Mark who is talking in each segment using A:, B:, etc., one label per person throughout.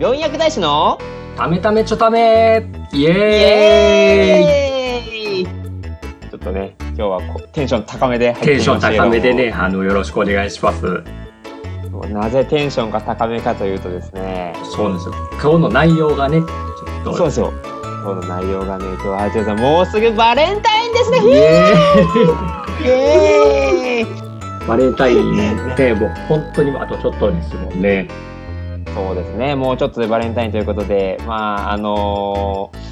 A: 病院薬大師の
B: ためためちょためイ
A: イ
B: エーイ
A: エーイちょっとね、今日はこうテンション高めで入って
B: テンション
A: みましたけど
B: 高めでね、あの、よろしくお願いします。
A: そうなぜテンションが高めかというとですね、
B: そうなんですよ。今日の内容がね、ちょっと。
A: そうですよ。今日の内容がね、今日はあちらさん、もうすぐバレンタインですね
B: イエー
A: イエーイ
B: イバレンタインね、もう本当にあとちょっとですもんね。
A: そうですね、もうちょっとでバレンタインということで、まあ、あのー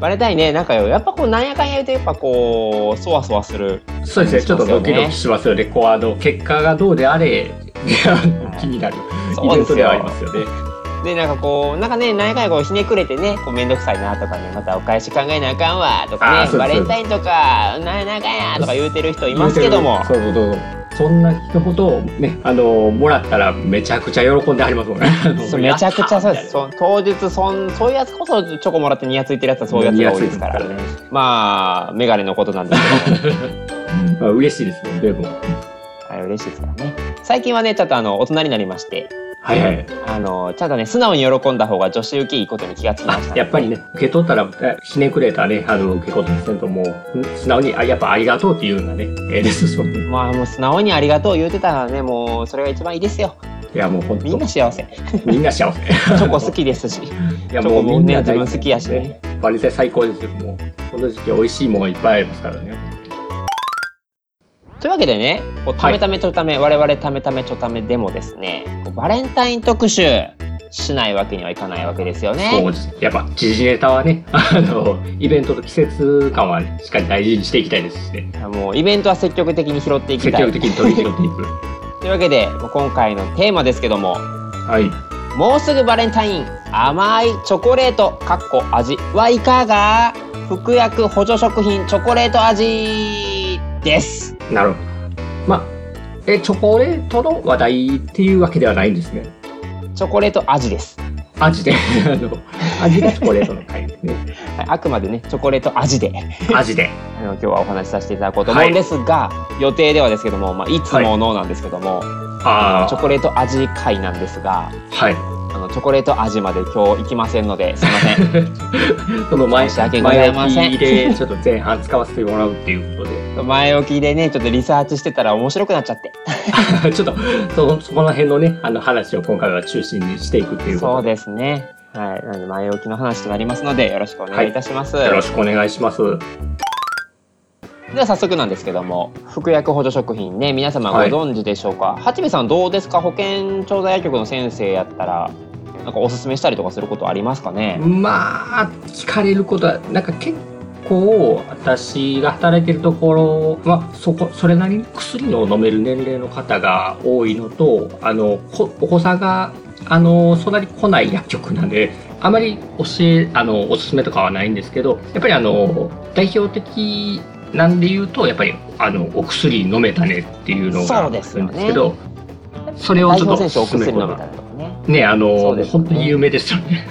A: バレンタインね、なんかよ、やっぱこう、なんやかんや言うと、やっぱこう、そわそわする。
B: そうですね、ちょっとドキドキしますよね。こう、あの、結果がどうであれ、気になるイベントではありますよね。
A: で、なんかこう、なんかね、なんやかんやこう、ひねくれてね、こう、めんどくさいなとかね、またお返し考えなあかんわ、と
B: あ
A: か
B: ーそ
A: ね、
B: うです
A: バレンタインとか、なんやなんやかんやとか言うてる人いますけども、
B: そうそうそうそんな一言をね、あの、もらったらめちゃくちゃ喜んでありますもんね。
A: そうめちゃくちゃそう です。そ当日そん、そういうやつこそチョコもらってニヤついてるやつはそういうやつが多いですから。
B: ね。
A: まあ、メガネのことなん ですけど、
B: まあ、嬉しいですね、でも。
A: はい、嬉しいですからね。最近はね、ちょっとあの、大人になりまして、
B: はいはい。
A: あのちゃんとね素直に喜んだ方が女子受けいいことに気がつきました、
B: あ、やっぱりね、受け取ったら、えひねくれたね、あの、受け取ったせんと、もう、素直に、あ、やっぱありがとうっていうのがね、ええですもんね。
A: まあもう素直にありがとう言うてたらねもうそれが一番いいですよ
B: いや、もう本当
A: みんな 幸せチ
B: みんな幸せ。い
A: ョコ好きですし
B: や、
A: チョコもね
B: 大
A: 自分好きやしね。
B: バリセ最高ですよ、もう。この時期美味しいものがいっぱいありますからね。
A: というわけでねこうためためちょため、我々ためためちょためでもですねこうバレンタイン特集しないわけにはいかないわけですよ
B: そう
A: ね
B: です。やっぱ、時事ネタはね、 あの、イベントと季節感は、ね、しっかり大事にしていきたいですしね。
A: もうイベントは積極的に拾っていき
B: 積
A: たい
B: 極的に取り入れてい く。
A: というわけでもう今回のテーマですけども
B: はい。
A: もうすぐバレンタイン甘いチョコレートかっこ味はいかが服薬補助食品チョコレート味です
B: なるほど。まあ、え、チョコレートの話題っていうわけではないんですね。
A: チョコレート味です
B: 味で、あの、 味がチョコレートの回ですね。
A: はいあくまでねチョコレート味であ
B: 味で。
A: の今日はお話しさせていただこうと思うんですが、予定ではですけども、まあ、いつものなんですけども、
B: あ
A: チョコレート味会なんですが
B: あ、はい。
A: あのチョコレート味まで今日行きませんのですいません
B: その前、
A: 申し訳ございません
B: 前置きで、ちょっと前半使わせてもらうっていうことで、
A: 前置きでねちょっとリサーチしてたら面白くなっちゃって
B: ちょっと、その、そこら辺のね、あの話を今回は中心にしていくっていう
A: そ
B: こ
A: うですね。はい、なので前置きの話となりますので、よろしくお願いいたします。
B: とで、よろしくお願いします。
A: では早速なんですけども、服薬補助食品ね、皆様ご存知でしょうか。はちみさんどうですか？保健調査薬局の先生やったら、なんかおすすめしたりとかすることありますかね？
B: まあ、聞かれることは、なんか結構、私が働いてるところは、そこ、それなりに薬を飲める年齢の方が多いのと、あの、こお子さんが、あの、そんなに来ない薬局なんで、あまり教え、あの、おすすめとかはないんですけど、やっぱりあの、代表的なんで言うと、やっぱり、あの、お薬飲めたねっていうのが
A: そ
B: あ
A: う
B: る
A: ですよ
B: ん
A: ね
B: ですけど、それを
A: 代
B: ちょっ
A: 表
B: と
A: 選手お
B: 勧め
A: 薬
B: るこ
A: 飲
B: と
A: み
B: が
A: たりとかね。
B: ね、あ
A: そ
B: の、
A: うですね
B: 本当に有名ですよね。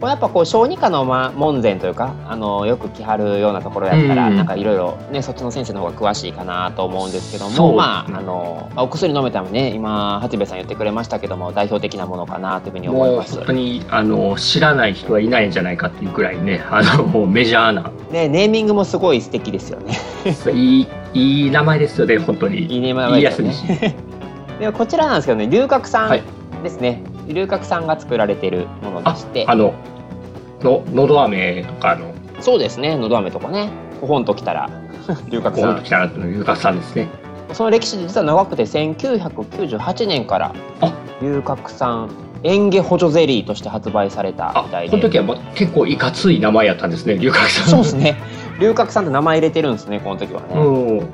A: これやっぱこう小児科のま門前というか、あのよく来はるようなところやったら、
B: うん
A: なんかいろいろねそっちの先生の方が詳しいかなと思うんですけど
B: そう
A: も、
B: ですね
A: まああのまあお薬飲めたのね、今八部さん言ってくれましたけども代表的なものかなというふうに思い
B: もう
A: ます
B: 本。当にあの知らない人はいないんじゃないかっていうくらいねあのもうメジャーな
A: ねネーミングもすごい素敵ですよね。
B: いいいい名前ですよね本当に
A: いいネーム
B: 言い
A: で
B: や
A: す
B: す
A: よ
B: い
A: ね。
B: し、
A: でこちらなんですけどね、龍角散
B: はい
A: ですね。龍角散が作られているものでして
B: あ、のののど飴とかの
A: そうですね。のど飴とかね、ほんと来たら 龍角
B: ゴンと
A: 散。
B: きたらのゆかさんですね
A: その歴史実は長くて1998年から
B: あ
A: 龍角散園芸補助ゼリーとして発売された
B: あ
A: みたい
B: この時
A: で。
B: はもう結構いかつい名前やったんですねゆかさん
A: そうです ね。龍角散って名前入れてるんですね。この時はね。
B: うん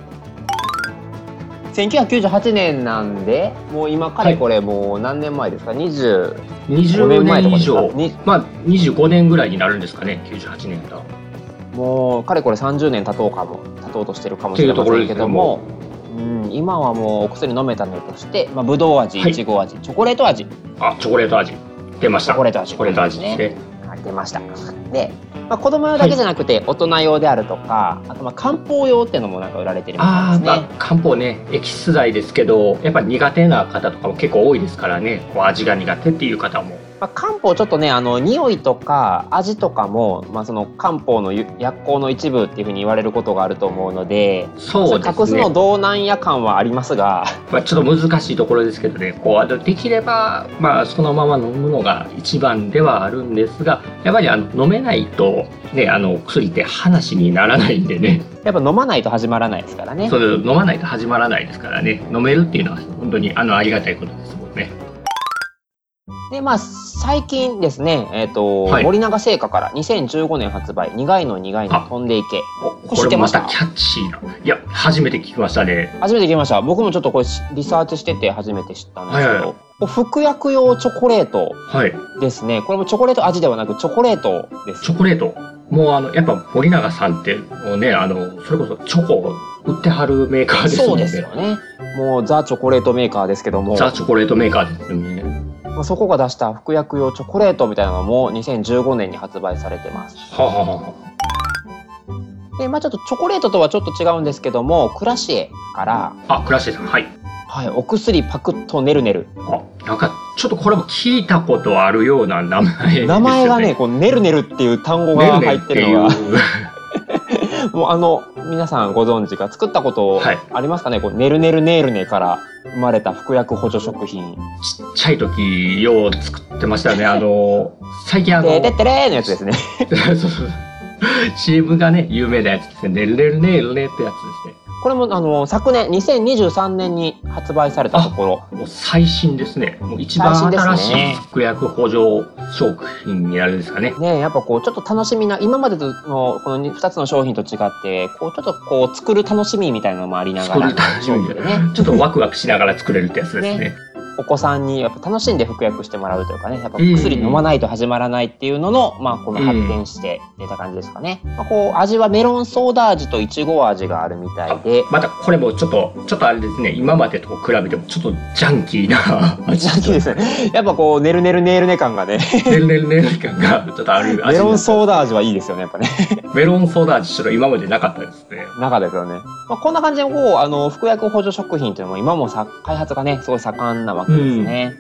A: 1998年なんで、もう今かれこれもう何年前ですか。20 5
B: 20
A: 年前と
B: 年
A: か
B: 以
A: ですか
B: 上
A: に
B: まあ25年ぐらいになるんですかね98年だ
A: もうかれこれ30年経とうかも経とうとしてるかもしれませんけどもうん、今はもうお薬飲めたのとして、まあ、ぶどう味
B: はい
A: いちご味、チョコレート味
B: あチョコレート味出まし
A: チ
B: た
A: ョコレート味
B: チョコレート味ですね
A: はいあ出ました。で、まあ、子供用だけじゃなくて大人用であるとか、あとまあ漢方用っていうのもなんか売られてるみたい
B: あ
A: で
B: ー、
A: す
B: ま
A: ね
B: あ。漢方ねエキス剤ですけどやっぱ苦手な方とかも結構多いですからねこう味が苦手っていう方も
A: まあ、漢方ちょっとねあの匂いとか味とかも、まあ、その漢方のゆ薬効の一部っていうふうに言われることがあると思うので
B: そうで
A: れ隠
B: す
A: す
B: ね
A: のどうなんや感はありますが
B: まあ、ちょっと難しいところですけどねこうあのできれば、まあ、そのまま飲むのが一番ではあるんですがやっぱりあの飲めないと、ね、あの薬って話にならないんでね
A: やっぱ飲まないと始まらないですからね
B: そ。れ飲まないと始まらないですからね飲めるっていうのは本当にあのありがたいことですもんね。
A: でまあ最近ですね、えーと
B: はい
A: 森永製菓から2015年発売「苦いの苦いの飛んでいけ
B: お
A: これ知ってました
B: これまたキャッチーな。いや初めて聞きましたね」。
A: 初めて聞きました僕もちょっとこれしリサーチしてて初めて知ったんですけど、
B: はいはいは
A: お服薬用チョコレート
B: はい
A: ですねこれもチョコレート味ではなくチョコレートです
B: チョコレートもうあのやっぱ森永さんってもうねあのそれこそチョコを売ってはるメーカーです
A: そ
B: も
A: うん
B: ね。
A: ですよね。もうザ・チョコレートメーカーですけども、
B: ザ・チョコレートメーカーですよね。
A: まあそこが出した服薬用チョコレートみたいなのも2015年に発売されてます。
B: はあはあはあ
A: で、まあちょっとチョコレートとはちょっと違うんですけども、クラシエから、
B: あ、倉重さん、はい。
A: はい、お薬パクッとねるねる。
B: あ、なんか、ちょっとこれも聞いたことあるような名前ですよ、ね。
A: 名前がね、、こう、ねるねるっていう単語
B: ね
A: が
B: るね
A: 入
B: る
A: っ
B: ってて
A: る
B: いう
A: のが、。 もうあの、皆さんご存知か、作ったこと
B: はい
A: ありますかね、こう、ねるねるねるねから生まれた服薬補助食品。
B: ちっちゃい時、よう作ってましたよね。あの、最近あの
A: で、、てってれーのやつですね。
B: そうそうそう。CM がね、有名なやつですね。ねるねるねるねってやつで
A: これもあの、昨年、2023年に発売されたところ。
B: すね。もう最新ですね。もう一番
A: 最新ですね
B: 新しい服薬補助食品になるんですかね。
A: ねやっぱこうちょっと楽しみな今までとのこの2つの商品と違ってこうちょっとこう作る楽しみみたいなのもありなが
B: 作
A: ら
B: る楽しみで
A: ね
B: ね。ちょっとワクワクしながら作れるってやつですね。
A: お子さんにやっぱ楽しんで服薬してもらうというかねやっぱ
B: うん
A: 薬飲まないと始まらないっていうのの、まあ、この発展して出た感じですかね、まあ、こう味はメロンソーダ味といちご味があるみたいで。
B: またこれもちょっと、ちょっとあれですね、今までと比べてもちょっとジャンキーな 味
A: ジャンキーですね。 やっぱこう、ねるねるねるね感がね、
B: ねるねるねるね感がちょっとある
A: メ
B: 味
A: ロンソーダ味はいいですよね、やっぱね。
B: メロンソーダ味ちょっと今までなかったですね
A: 中ですよね。まあ、こんな感じでこうあの服薬補助食品というのも今もさ開発がねすごい盛んなわけですね。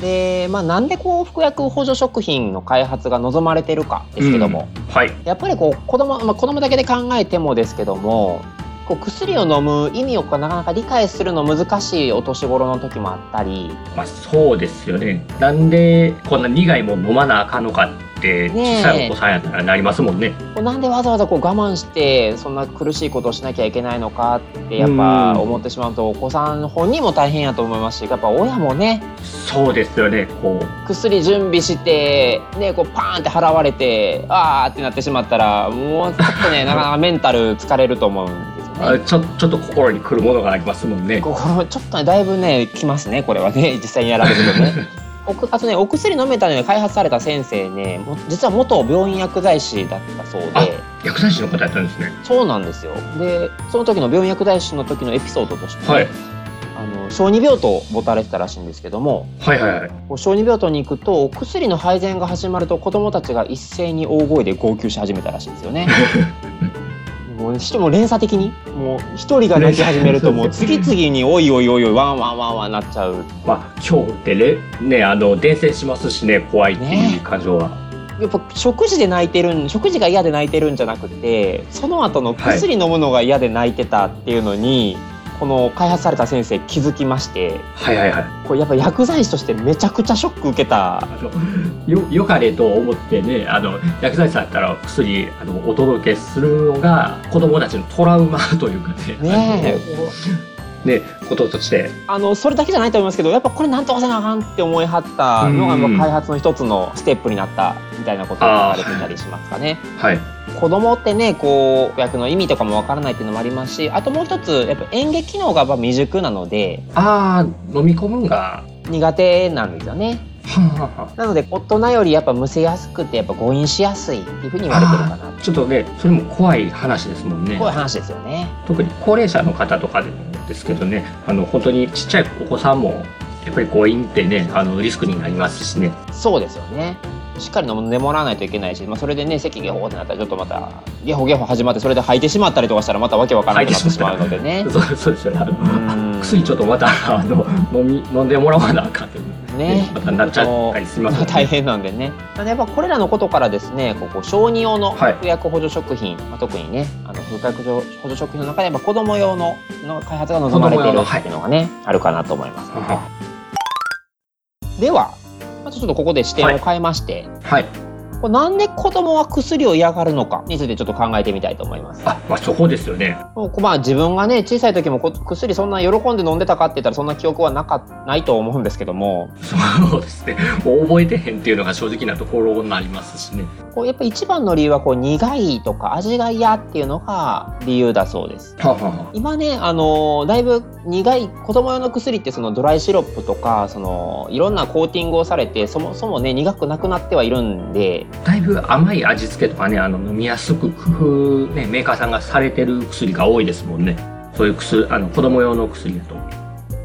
A: で、まあ、なんでこう服薬補助食品の開発が望まれてるかですけども、
B: はい
A: やっぱりこう子供まあ、子供だけで考えてもですけども。こう薬を飲む意味をこうなかなか理解するの難しいお年頃の時もあったり
B: まあそうですよねなんでこんな苦いもん飲まなあかんのかって
A: ねえ
B: 小さいお子さんやったらなりますもんね
A: こうなんでわざわざこう我慢してそんな苦しいことをしなきゃいけないのかってやっぱ思ってしまうとお子さん本人も大変やと思いますしやっぱ親もね
B: そうですよねこう
A: 薬準備して、ね、こうパーンって払われてあーってなってしまったらもうちょっとねなかなかメンタル疲れると思うんですよ
B: あ
A: ね。
B: ちょちょっと心にくるものがありますもんね
A: ここちょっとねだいぶねきますねこれはね 実際にやられるとね。 おくあとねお薬飲めたのに開発された先生ねも実は元病院薬剤師だったそう
B: あ
A: で
B: 薬剤師の方やったんですね
A: そうなんですよでその時の病院薬剤師の時のエピソードとして、
B: はい
A: あの小児病棟を持たれてたらしいんですけども
B: はいはいはい
A: こう小児病棟に行くとお薬の配膳が始まると子どもたちが一斉に大声で号泣し始めたらしいんですよね。もう人も連鎖的にもう一人が泣き始めるともう次々に「おいおいおいおいワンワンワンワン」なっちゃう
B: まあ今日ってねねあの伝染しますしね怖いっていう感情は、
A: やっぱ食事で泣いてるん食事が嫌で泣いてるんじゃなくてその後の薬飲むのが嫌で泣いてたっていうのに、この開発された先生気づきまして
B: はいはいはい
A: これやっぱ薬剤師としてめちゃくちゃショック受けた
B: あのよよかれと思ってねあの薬剤師さんやったら薬あのお届けするのが子供たちのトラウマというかね
A: ね
B: えねこととして
A: あのそれだけじゃないと思いますけどやっぱこれなんとかせなあかんって思いはったのが、
B: うん
A: まあ開発の一つのステップになったみたいなことを書かれてたりしますかね。
B: はい
A: 子供ってねこう役の意味とかもわからないっていうのもありますしあともう一つやっぱ演劇機能がやっぱ未熟なので
B: ああ飲み込むんが
A: 苦手なんですよね。
B: はんはんはん
A: なので大人よりやっぱむせやすくてやっぱ誤飲しやすいっていうふうに言われてるかな
B: ちょっとねそれも怖い話ですもんね
A: こういう話ですよね。
B: 特に高齢者の方とかでもですけどねあの本当にちっちゃいお子さんもやっぱり誤飲ってねあのリスクになりますしね
A: そうですよね。しっかり飲んでもらわないといけないし、まあ、それでね咳ゲホってなったらちょっとまたゲホゲホ始まってそれで吐いてしまったりとかしたらまたわけわからなくなってしまうので ね。
B: そうそうですよねあの
A: うん
B: 薬 ちょっとまたあの飲み飲んでもらわなあかんという
A: ね
B: またなっちゃったりしますよね
A: 大変なんでね。なのでやっぱこれらのことからですね、ここ小児用の
B: はい
A: 服薬補助食品、まあ、特にね、あの服薬補助食品の中でやっぱ子供用のの開発が望まれているっていうのがね、あるかなと思います。
B: は
A: では、まずちょっとここで視点を変えまして、
B: い
A: これなんで子供は薬を嫌がるのかについてちょっと考えてみたいと思います。
B: あまあそこですよね
A: もうまあ自分がね小さい時もこ薬そんな喜んで飲んでたかって言ったらそんな記憶はなかないと思うんですけども
B: そうですねもう覚えてへんっていうのが正直なところになりますしね
A: こうやっぱ一番の理由はこう苦いとか味が嫌っていうのが理由だそうです。
B: はあは
A: 今ね、あのだいぶ苦い子供用の薬ってそのドライシロップとかそのいろんなコーティングをされてそもそもね苦くなくなってはいるんで
B: あだいぶ甘い味付けとかねあの飲みやすく工夫、ね、メーカーさんがされてる薬が多いですもんねそういう薬あの子供用の薬だと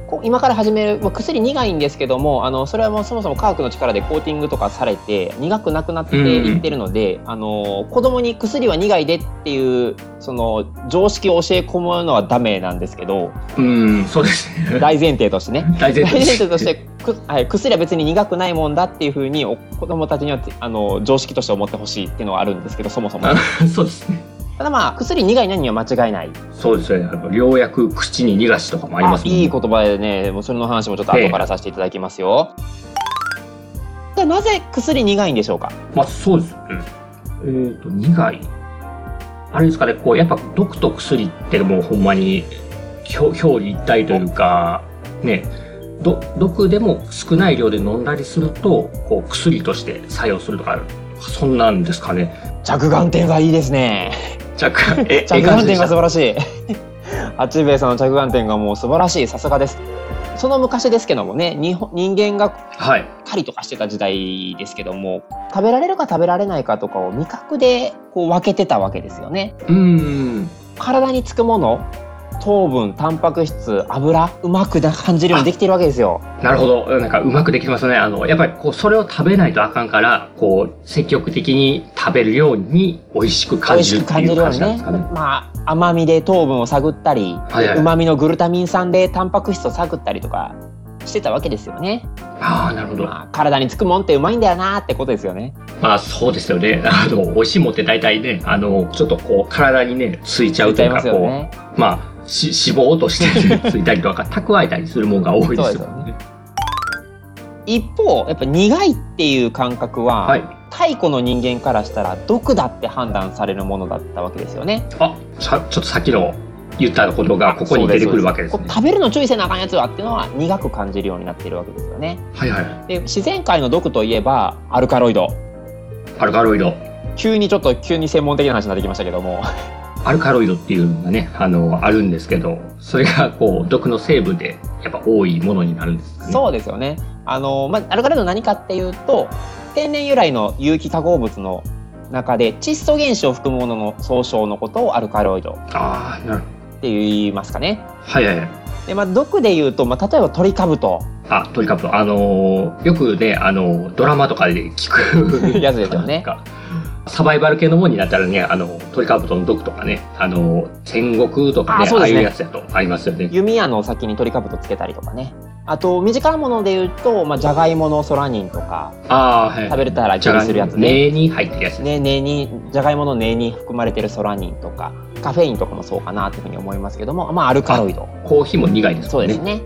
A: こう今から始める、まあ、薬苦いんですけどもあのそれはもうそもそも科学の力でコーティングとかされて苦くなくなっていってるので、あの子供に薬は苦いでっていうその常識を教え込むのはダメなんですけど
B: うんそうですね
A: 大前提としてね
B: 大前
A: 大前
B: 提
A: 提としてく、はい、薬は別に苦くないもんだっていうふうにお子供たちにはあの常識として思ってほしいっていうのはあるんですけどそもそも
B: あ。そうですね
A: ただまあ薬苦い何には間違いない
B: そうですねあの良薬口に逃がしとかもありますもんね
A: いい言葉でねもうそれの話もちょっと後からさせていただきますよ。じゃあなぜ薬苦いんでしょうか
B: まあそうです。うん、えっ、と、苦い。あれですかね、こう、やっぱ毒と薬ってもうほんまにひょ表裏一体というか、ね、ど毒でも少ない量で飲んだりすると、こう、薬として作用するとか、そんなんですかね。
A: 着眼点がいいですね。
B: 若 干、え、え
A: 着
B: え感
A: 眼
B: じで
A: 点
B: し
A: が素
B: た
A: 晴らしい。 八兵衛さんの着眼点がもう素晴らしいさすがです。その昔ですけどもね日本人間が
B: はい。
A: 狩りとかしてた時代ですけども食べられるか食べられないかとかを味覚でこう分けてたわけですよね。
B: うーん。
A: 体につくもの糖分タンパク質油うまくな感じるようにできているわけですよ。
B: なるほど。なんかうまくできてますね。あの、やっぱりこう、それを食べないとあかんから、こう、積極的に食べるように美味しく
A: 美
B: 感
A: 味
B: じ
A: し
B: るっ
A: く
B: て
A: 感
B: い
A: じ
B: う
A: るよう
B: 感じ
A: に
B: なんで
A: ね
B: すかね。
A: まあ甘みで糖分を探ったり
B: はいはいう
A: まみのグルタミン酸でタンパク質を探ったりとかしてたわけですよね、
B: ああ、なるほど。
A: まあ、体につくもんってうまいんだよなーってことですよね
B: まあそうですよね。 あの、美味しいもんって大体ね、あの、ちょっとこう、体にね、ついちゃう
A: 言っち
B: と
A: ゃいま
B: いうか、
A: すよ
B: こ
A: ね
B: う、まあ、し脂肪としてついたりとか、蓄えたりするもんが多いですよ
A: そう
B: ね。
A: 一方やっぱ苦いっていう感覚は、
B: はい。
A: 太古の人間からしたら毒だって判断されるものだったわけですよね
B: あ、さちょっとさっきの言ったことがここに出てくるわけです
A: こ
B: ね
A: う。食べるの注意せなあかんやつはっていうのは苦く感じるようになっているわけですよね
B: はいはい。
A: で自然界の毒といえばアルカロイド
B: アルカロイド。
A: 急にちょっと急に専門的な話になってきましたけども
B: アルカロイドっていうのがね、あの、あるんですけど、それがこう、毒の成分で、やっぱ多いものになるんですかね。
A: そうですよね。あのまあ、アルカロイド何かっていうと天然由来の有機化合物の中で窒素原子を含むものの総称のことをアルカロイドっ
B: ああ、なるほど。
A: て言いますかね。
B: はいはいはい。
A: でまあ、毒で言うと、まあ、例えばトリカブト
B: あ、トリカブト、あのーよくね、あのードラマとかで聞く
A: やつですよね。
B: なんかサバイバル系のもんになったらね、あの、トリカブトの毒とかね、あの、戦国とかね、
A: あ
B: あ
A: そう
B: あ
A: です
B: い
A: ね
B: うやつだとありますよね。
A: 弓矢の先にトリカブトつけたりとかね。あと身近なもので言うと、まあ、ジャガイモのソラニンとか
B: ああ、はい。
A: 食べれたら気
B: じゃ
A: に
B: が
A: するやつね。
B: 根に入ってるやつ
A: ね、
B: ね。
A: 根にじゃがいもの根に含まれてるソラニンとかカフェインとかもそうかなというふうに思いますけども、まあ、アルカロイド
B: コーヒーも苦いです
A: そ
B: も
A: うんで
B: ね。
A: すね。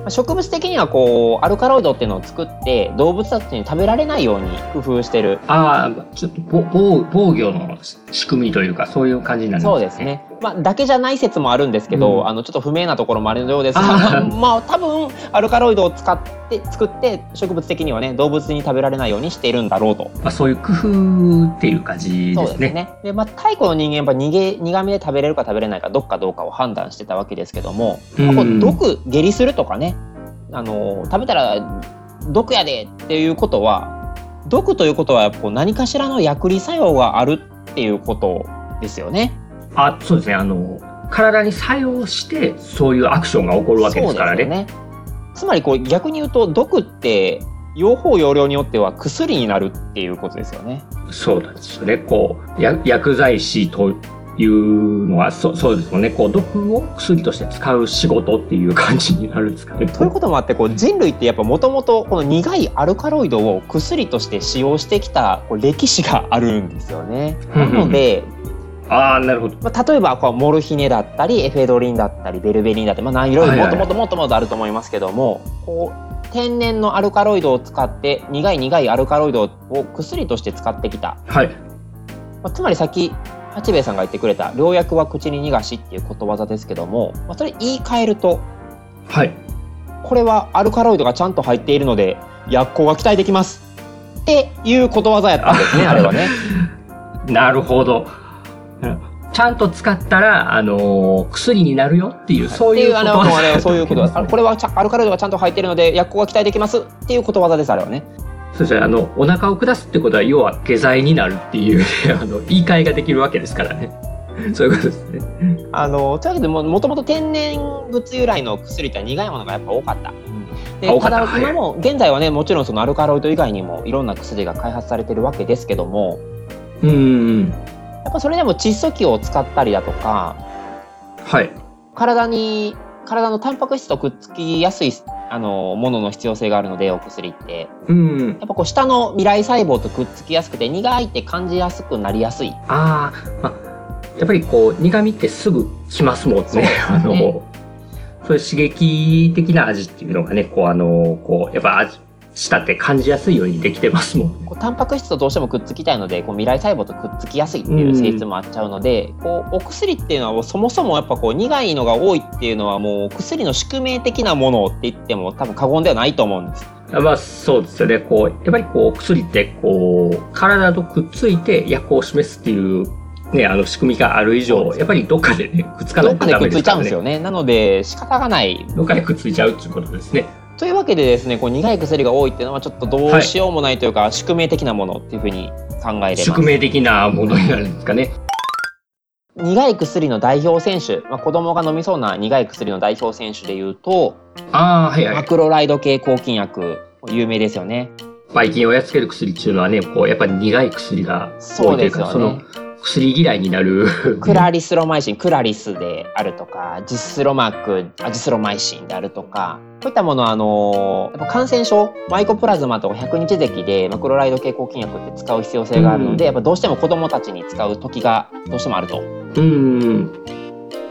A: まあ植物的にはこうアルカロイドっていうのを作って動物たちに食べられないように工夫してる
B: ああ、ちょっとぼ防防御の仕組みというか、そういう感じになります
A: そうです。ね、まあ、だけじゃない説もあるんですけど、
B: うん
A: あのちょっと不明なところもあるよう です
B: あ
A: が
B: ー
A: まあ多分アルカロイドを使って作って植物的にはね動物に食べられないようにしているんだろうと。
B: まあ、そういう工夫っていう感じ
A: そう
B: で
A: ですす
B: ね。
A: ねで、まあ、太古の人間やっぱ逃げ苦味で食べれるか食べれないかどっかどうかを判断してたわけですけども、
B: うん
A: こう毒下痢するとかねあの食べたら毒やでっていうことは毒ということはこう何かしらの薬理作用があるっていうことですよね。
B: あ、そうですね。あの、体に作用して、そういうアクションが起こるわけですか
A: そ
B: らね。
A: うですよねつまりこう逆に言うと毒って用法用量によっては薬になるっていうことですよね。
B: そうなんですよね。こう、や薬剤師というのは、そそうですよね。こう、毒を薬として使う仕事っていう感じになるんですかね。
A: ということもあってこう人類ってやっぱもともとこの苦いアルカロイドを薬として使用してきたこう歴史があるんですよね。
B: うんう
A: なんので、
B: ああ、なるほど。
A: まあ、例えばこうモルヒネだったりエフェドリンだったりベルベリンだったり、まあ、何いろいろ
B: はい
A: も
B: は
A: っと
B: い
A: もっともっともっとあると思いますけども、こう天然のアルカロイドを使って苦い苦いアルカロイドを薬として使ってきた、
B: はい。
A: まあ、つまりさっき八兵衛さんが言ってくれた「良薬は口に逃がし」っていうことわざですけども、まあ、それ言い換えると
B: はい。
A: これはアルカロイドがちゃんと入っているので薬効が期待できますっていうことわざやったんです ねあれはね。
B: なるほど。うんちゃんと使ったら、あのー薬になるよっていう、そう
A: って
B: い
A: いううあの
B: こと
A: あれ はそういうことですあこれはちゃアルカロイドがちゃんと入っているので薬効が期待できますっていうことわざですあれはね。
B: そうですね。あの、お腹を下すってことは、要は下剤になるっていう、ね、 あの、言い換えができるわけですからね。そういうことですね。
A: あのというわけでももともと天然物由来の薬って苦いものがやっぱ多かった。で
B: あ多か
A: た
B: った
A: だ
B: はい
A: 今も現在はねもちろんそのアルカロイド以外にもいろんな薬が開発されてるわけですけども
B: うーん。
A: やっぱそれでも窒素球を使ったりだとか
B: はい。
A: 体に体のタンパク質とくっつきやすいあのものの必要性があるのでお薬って
B: うーん。
A: やっぱこう下の未来細胞とくっつきやすくて苦いって感じやすくなりやすい
B: ああ、まあ、やっぱりこう、苦味ってすぐきますもん
A: そうで
B: ね。
A: すね
B: あの、そういう刺激的な味っていうのがね、こう、あの、こう、やっぱ味、舌って感じやすいようにできてますもんね。
A: こうタンパク質とどうしてもくっつきたいのでこう未来細胞とくっつきやすいっていう性質もあっちゃうので、こうお薬っていうのはもうそもそもやっぱこう苦いのが多いっていうのはもう薬の宿命的なものって言っても多分過言ではないと思うんです。
B: まあ、そうですよね。こう、やっぱりこう、薬って、こう、体とくっついて薬効を示すっていう、ね、あの、仕組みがある以上、やっぱりどっかでね、くっつかな
A: ど
B: い
A: っか
B: と
A: で
B: ダ
A: く
B: メ
A: っ
B: で
A: つい
B: す
A: ちゃ
B: か
A: う
B: ら
A: んで
B: ね
A: す。よね。なので仕方がない
B: どっかでくっついちゃうっていうことですね。
A: というわけでですねこう苦い薬が多いっていうのはちょっとどうしようもないというか、宿命的なものっていうふうに考えれます
B: 宿命的なものになるんですかね。
A: 苦い薬の代表選手、まあ、子供が飲みそうな苦い薬の代表選手でいうと
B: ああ、はいはい
A: ア。クロライド系抗菌薬有名ですよね。
B: ばい菌をやっつける薬っていうのはね、こう、やっぱり苦い薬が
A: そ
B: 多
A: う
B: いとい
A: で
B: う
A: す
B: か、
A: よ
B: その
A: ね。
B: 薬嫌いになる。
A: クラリスロマイシン、クラリスであるとか、ジスロマック、あジスロマイシンであるとか、こういったものはあのーやっぱ感染症、マイコプラズマとか百日咳でマクロライド系抗菌薬って使う必要性があるので、
B: うん
A: やっぱどうしても子供たちに使う時がどうしてもあると。
B: うん。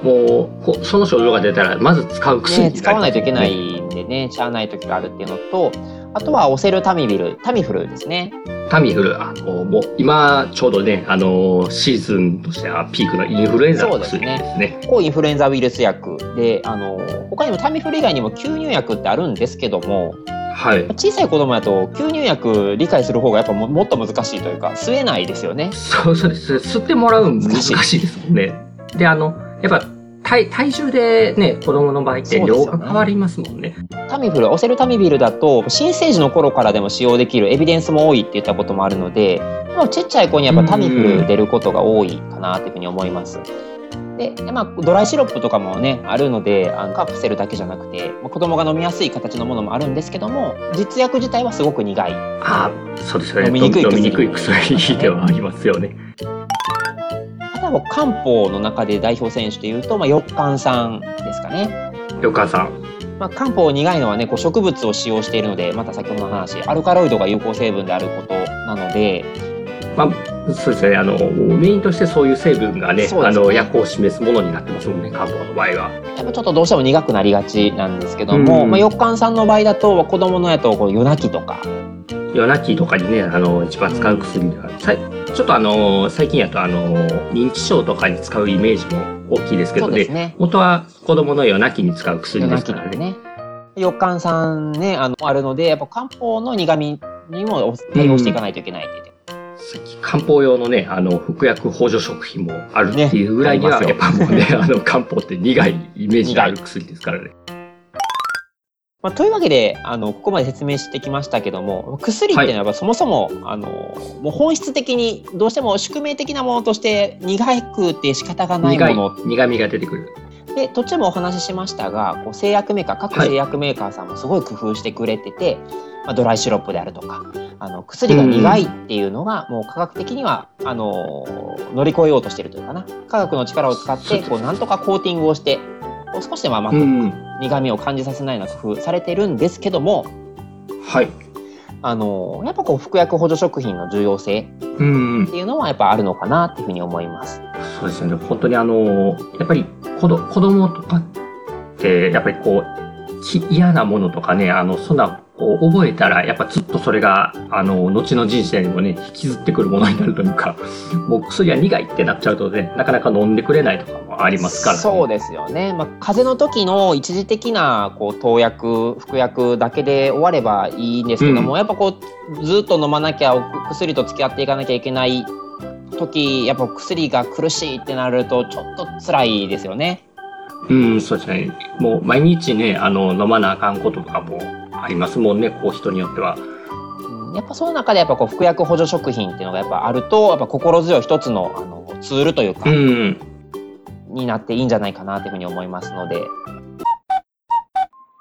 B: もうこ、その症状が出たら、まず使う薬
A: ね、
B: にる
A: 使わないといけな。いんでね、しゃあない時があるっていうのと、あとはオセルタミビル、タミフルですね。
B: タミフル、あの、もう、今、ちょうどね、あの、シーズンとしてはピークのインフルエンザの薬ですね。
A: 抗インフルエンザウイルス薬で、あのー他にもタミフル以外にも吸入薬ってあるんですけども、
B: はい。
A: 小さい子供だと吸入薬理解する方がやっぱももっと難しいというか吸えないですよね。
B: そうそうです。吸ってもらうの難しいですもんね。で、あの、やっぱ、体体重でね、子供の場合って
A: そうですよ
B: 量
A: ね
B: が変わりますもんね。
A: タミフルオセルタミビルだと新生児の頃からでも使用できるエビデンスも多いって言ったこともあるのでもうちっちゃい子にやっぱタミフル出ることが多いかなというふうに思います。ででまあ、ドライシロップとかもねあるのであのカプセルだけじゃなくてまあ子供が飲みやすい形のものもあるんですけども実薬自体はすごく苦い
B: ああ、そうですよね。
A: 飲みにくい薬
B: 飲みにくい薬ではありますよね。
A: あとはもう漢方の中で代表選手というと、まあ、よっかんさんですかね。
B: よかさん。
A: まあ、漢方苦いのはねこう植物を使用しているのでまた先ほどの話アルカロイドが有効成分であることなので
B: まあ、そうですね。あの、メインとしてそういう成分がね、
A: そうで
B: あ
A: すね
B: の、薬効を示すものになってますもんね、漢方の場合は。
A: やっぱちょっとどうしても苦くなりがちなんですけども、
B: うん
A: まあ、よっかんさんの場合だと子供のやとこう夜泣きとか
B: 夜泣きとかにね、あの、一番使う薬では、さいちょっとあの、最近やとあの、認知症とかに使うイメージも大きいですけ
A: そ
B: ど
A: う
B: ね
A: です。ね
B: 元は子供の夜泣きに使う
A: 夜
B: 薬で
A: 泣
B: す
A: き
B: か
A: な
B: ら
A: んで
B: ね。
A: ね。よっかんさんねあのあるのでやっぱ漢方の苦みにも対応していかないといけないって言って
B: さっき漢方用のね、あの、服薬補助食品もあるっていうぐらいには、
A: ね
B: やっぱも うね、あの、漢方って苦いイメージがある薬ですからね。
A: まあ、というわけであのここまで説明してきましたけども薬っていうのはやっぱそもそも,、あのもう本質的にどうしても宿命的なものとして苦くて仕方がない
B: 苦い
A: もの、
B: 苦味が出てくる。
A: でで途中もお話ししましたがこう製薬メーカー各製薬メーカーさんもすごい工夫してくれてて、まあ、ドライシロップであるとかあの薬が苦いっていうのがもう科学的には、あの乗り越えようとしてるというかな科学の力を使ってこうなんとかコーティングをしてこう少しでも甘
B: う
A: く
B: ん。
A: 苦味を感じさせないような工夫されてるんですけども、
B: はい。
A: あのやっぱこう服薬補助食品の重要性
B: うん
A: っ。ていうのはやっぱあるのかなっていうふうに思います。
B: そうですよね。本当にあの、やっぱり子ど子供とかって、やっぱりこう、き嫌なものとかね、あの、そんな、こう覚えたら、やっぱずっとそれが、あの、後の人生にもね、引きずってくるものになるというか、 もう薬は苦いってなっちゃうとね、なかなか飲んでくれないとかもありますから、ね。
A: そうですよね。まあ、風邪の時の一時的なこう投薬、服薬だけで終わればいいんですけども、
B: う
A: やっぱこうずっと飲まなきゃお薬と付き合っていかなきゃいけない時、やっぱ薬が苦しいってなるとちょっと辛いですよね。
B: うん、そうですね。もう毎日ね、あの、飲まなあかんこととかもありますもんね、こう人によっては。
A: うんやっぱその中でやっぱこう服薬補助食品っていうのがやっぱあるとやっぱ心強い一つのあのツールというか、
B: うん。
A: になっていいんじゃないかなというふうに思いますので。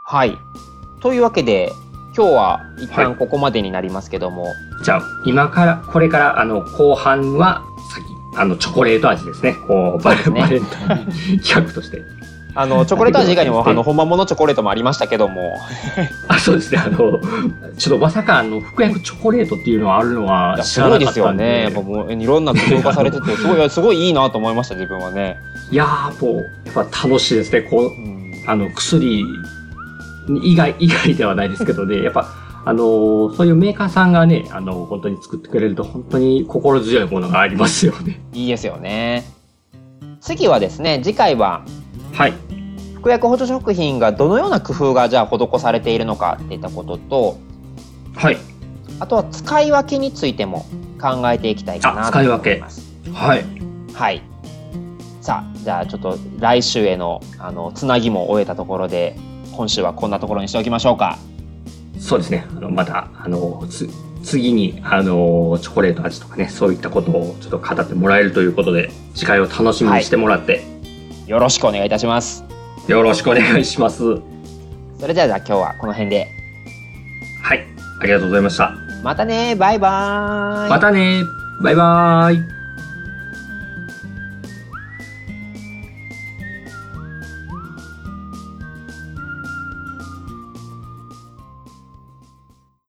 A: はい。というわけで、今日は一
B: は
A: 旦
B: い
A: ここまでになりますけども、
B: じゃあ、今から、これから、あの、後半は、先、あの、チョコレート味ですね。こう、バレ,、
A: そうですね
B: バレンタイン企画として。
A: あ のチョコレート味以外に
B: は
A: も
B: い
A: あの本物のチョコレートもありましたけども、
B: あ、そうですね。あの、ちょっとまさか、あの、服薬チョコレートっていうのはあるの
A: い
B: は
A: や
B: 知
A: す
B: ら
A: ご
B: ない
A: で
B: かっ
A: すよ
B: たんで。
A: ね。やっぱもういろんな工夫がされてて、すごい すごいいいなと思いました自分はね。
B: いやー、もう、やっぱ楽しいですね。こう
A: う、ん
B: あの、薬以外、以外ではないですけど ね、やっぱ、あのーそういうメーカーさんがね、あの、本当に作ってくれると、本当に心強いものがありますよね。
A: いいですよね。次はですね、次回は
B: はい。
A: 服薬補助食品がどのような工夫がじゃあ施されているのかっていったことと、
B: はい。
A: あとは使い分けについても考えていきたいかな
B: あ
A: と
B: 使い分
A: 思
B: け
A: います。
B: はい。
A: はい。さあ、じゃあちょっと来週へのあのつなぎも終えたところで、今週はこんなところにしておきましょうか。
B: そうですね。あの、また、あの、つ、次に、あの、チョコレート味とかね、そういったことをちょっと語ってもらえるということで、次回を楽しみにしてもらって、
A: よろしくお願いいたします。
B: よろしくお願いします。はい。
A: それじゃあじゃあ今日はこの辺で。
B: ありがとうございました。
A: またね、バイバーイ。
B: またねバイバーイ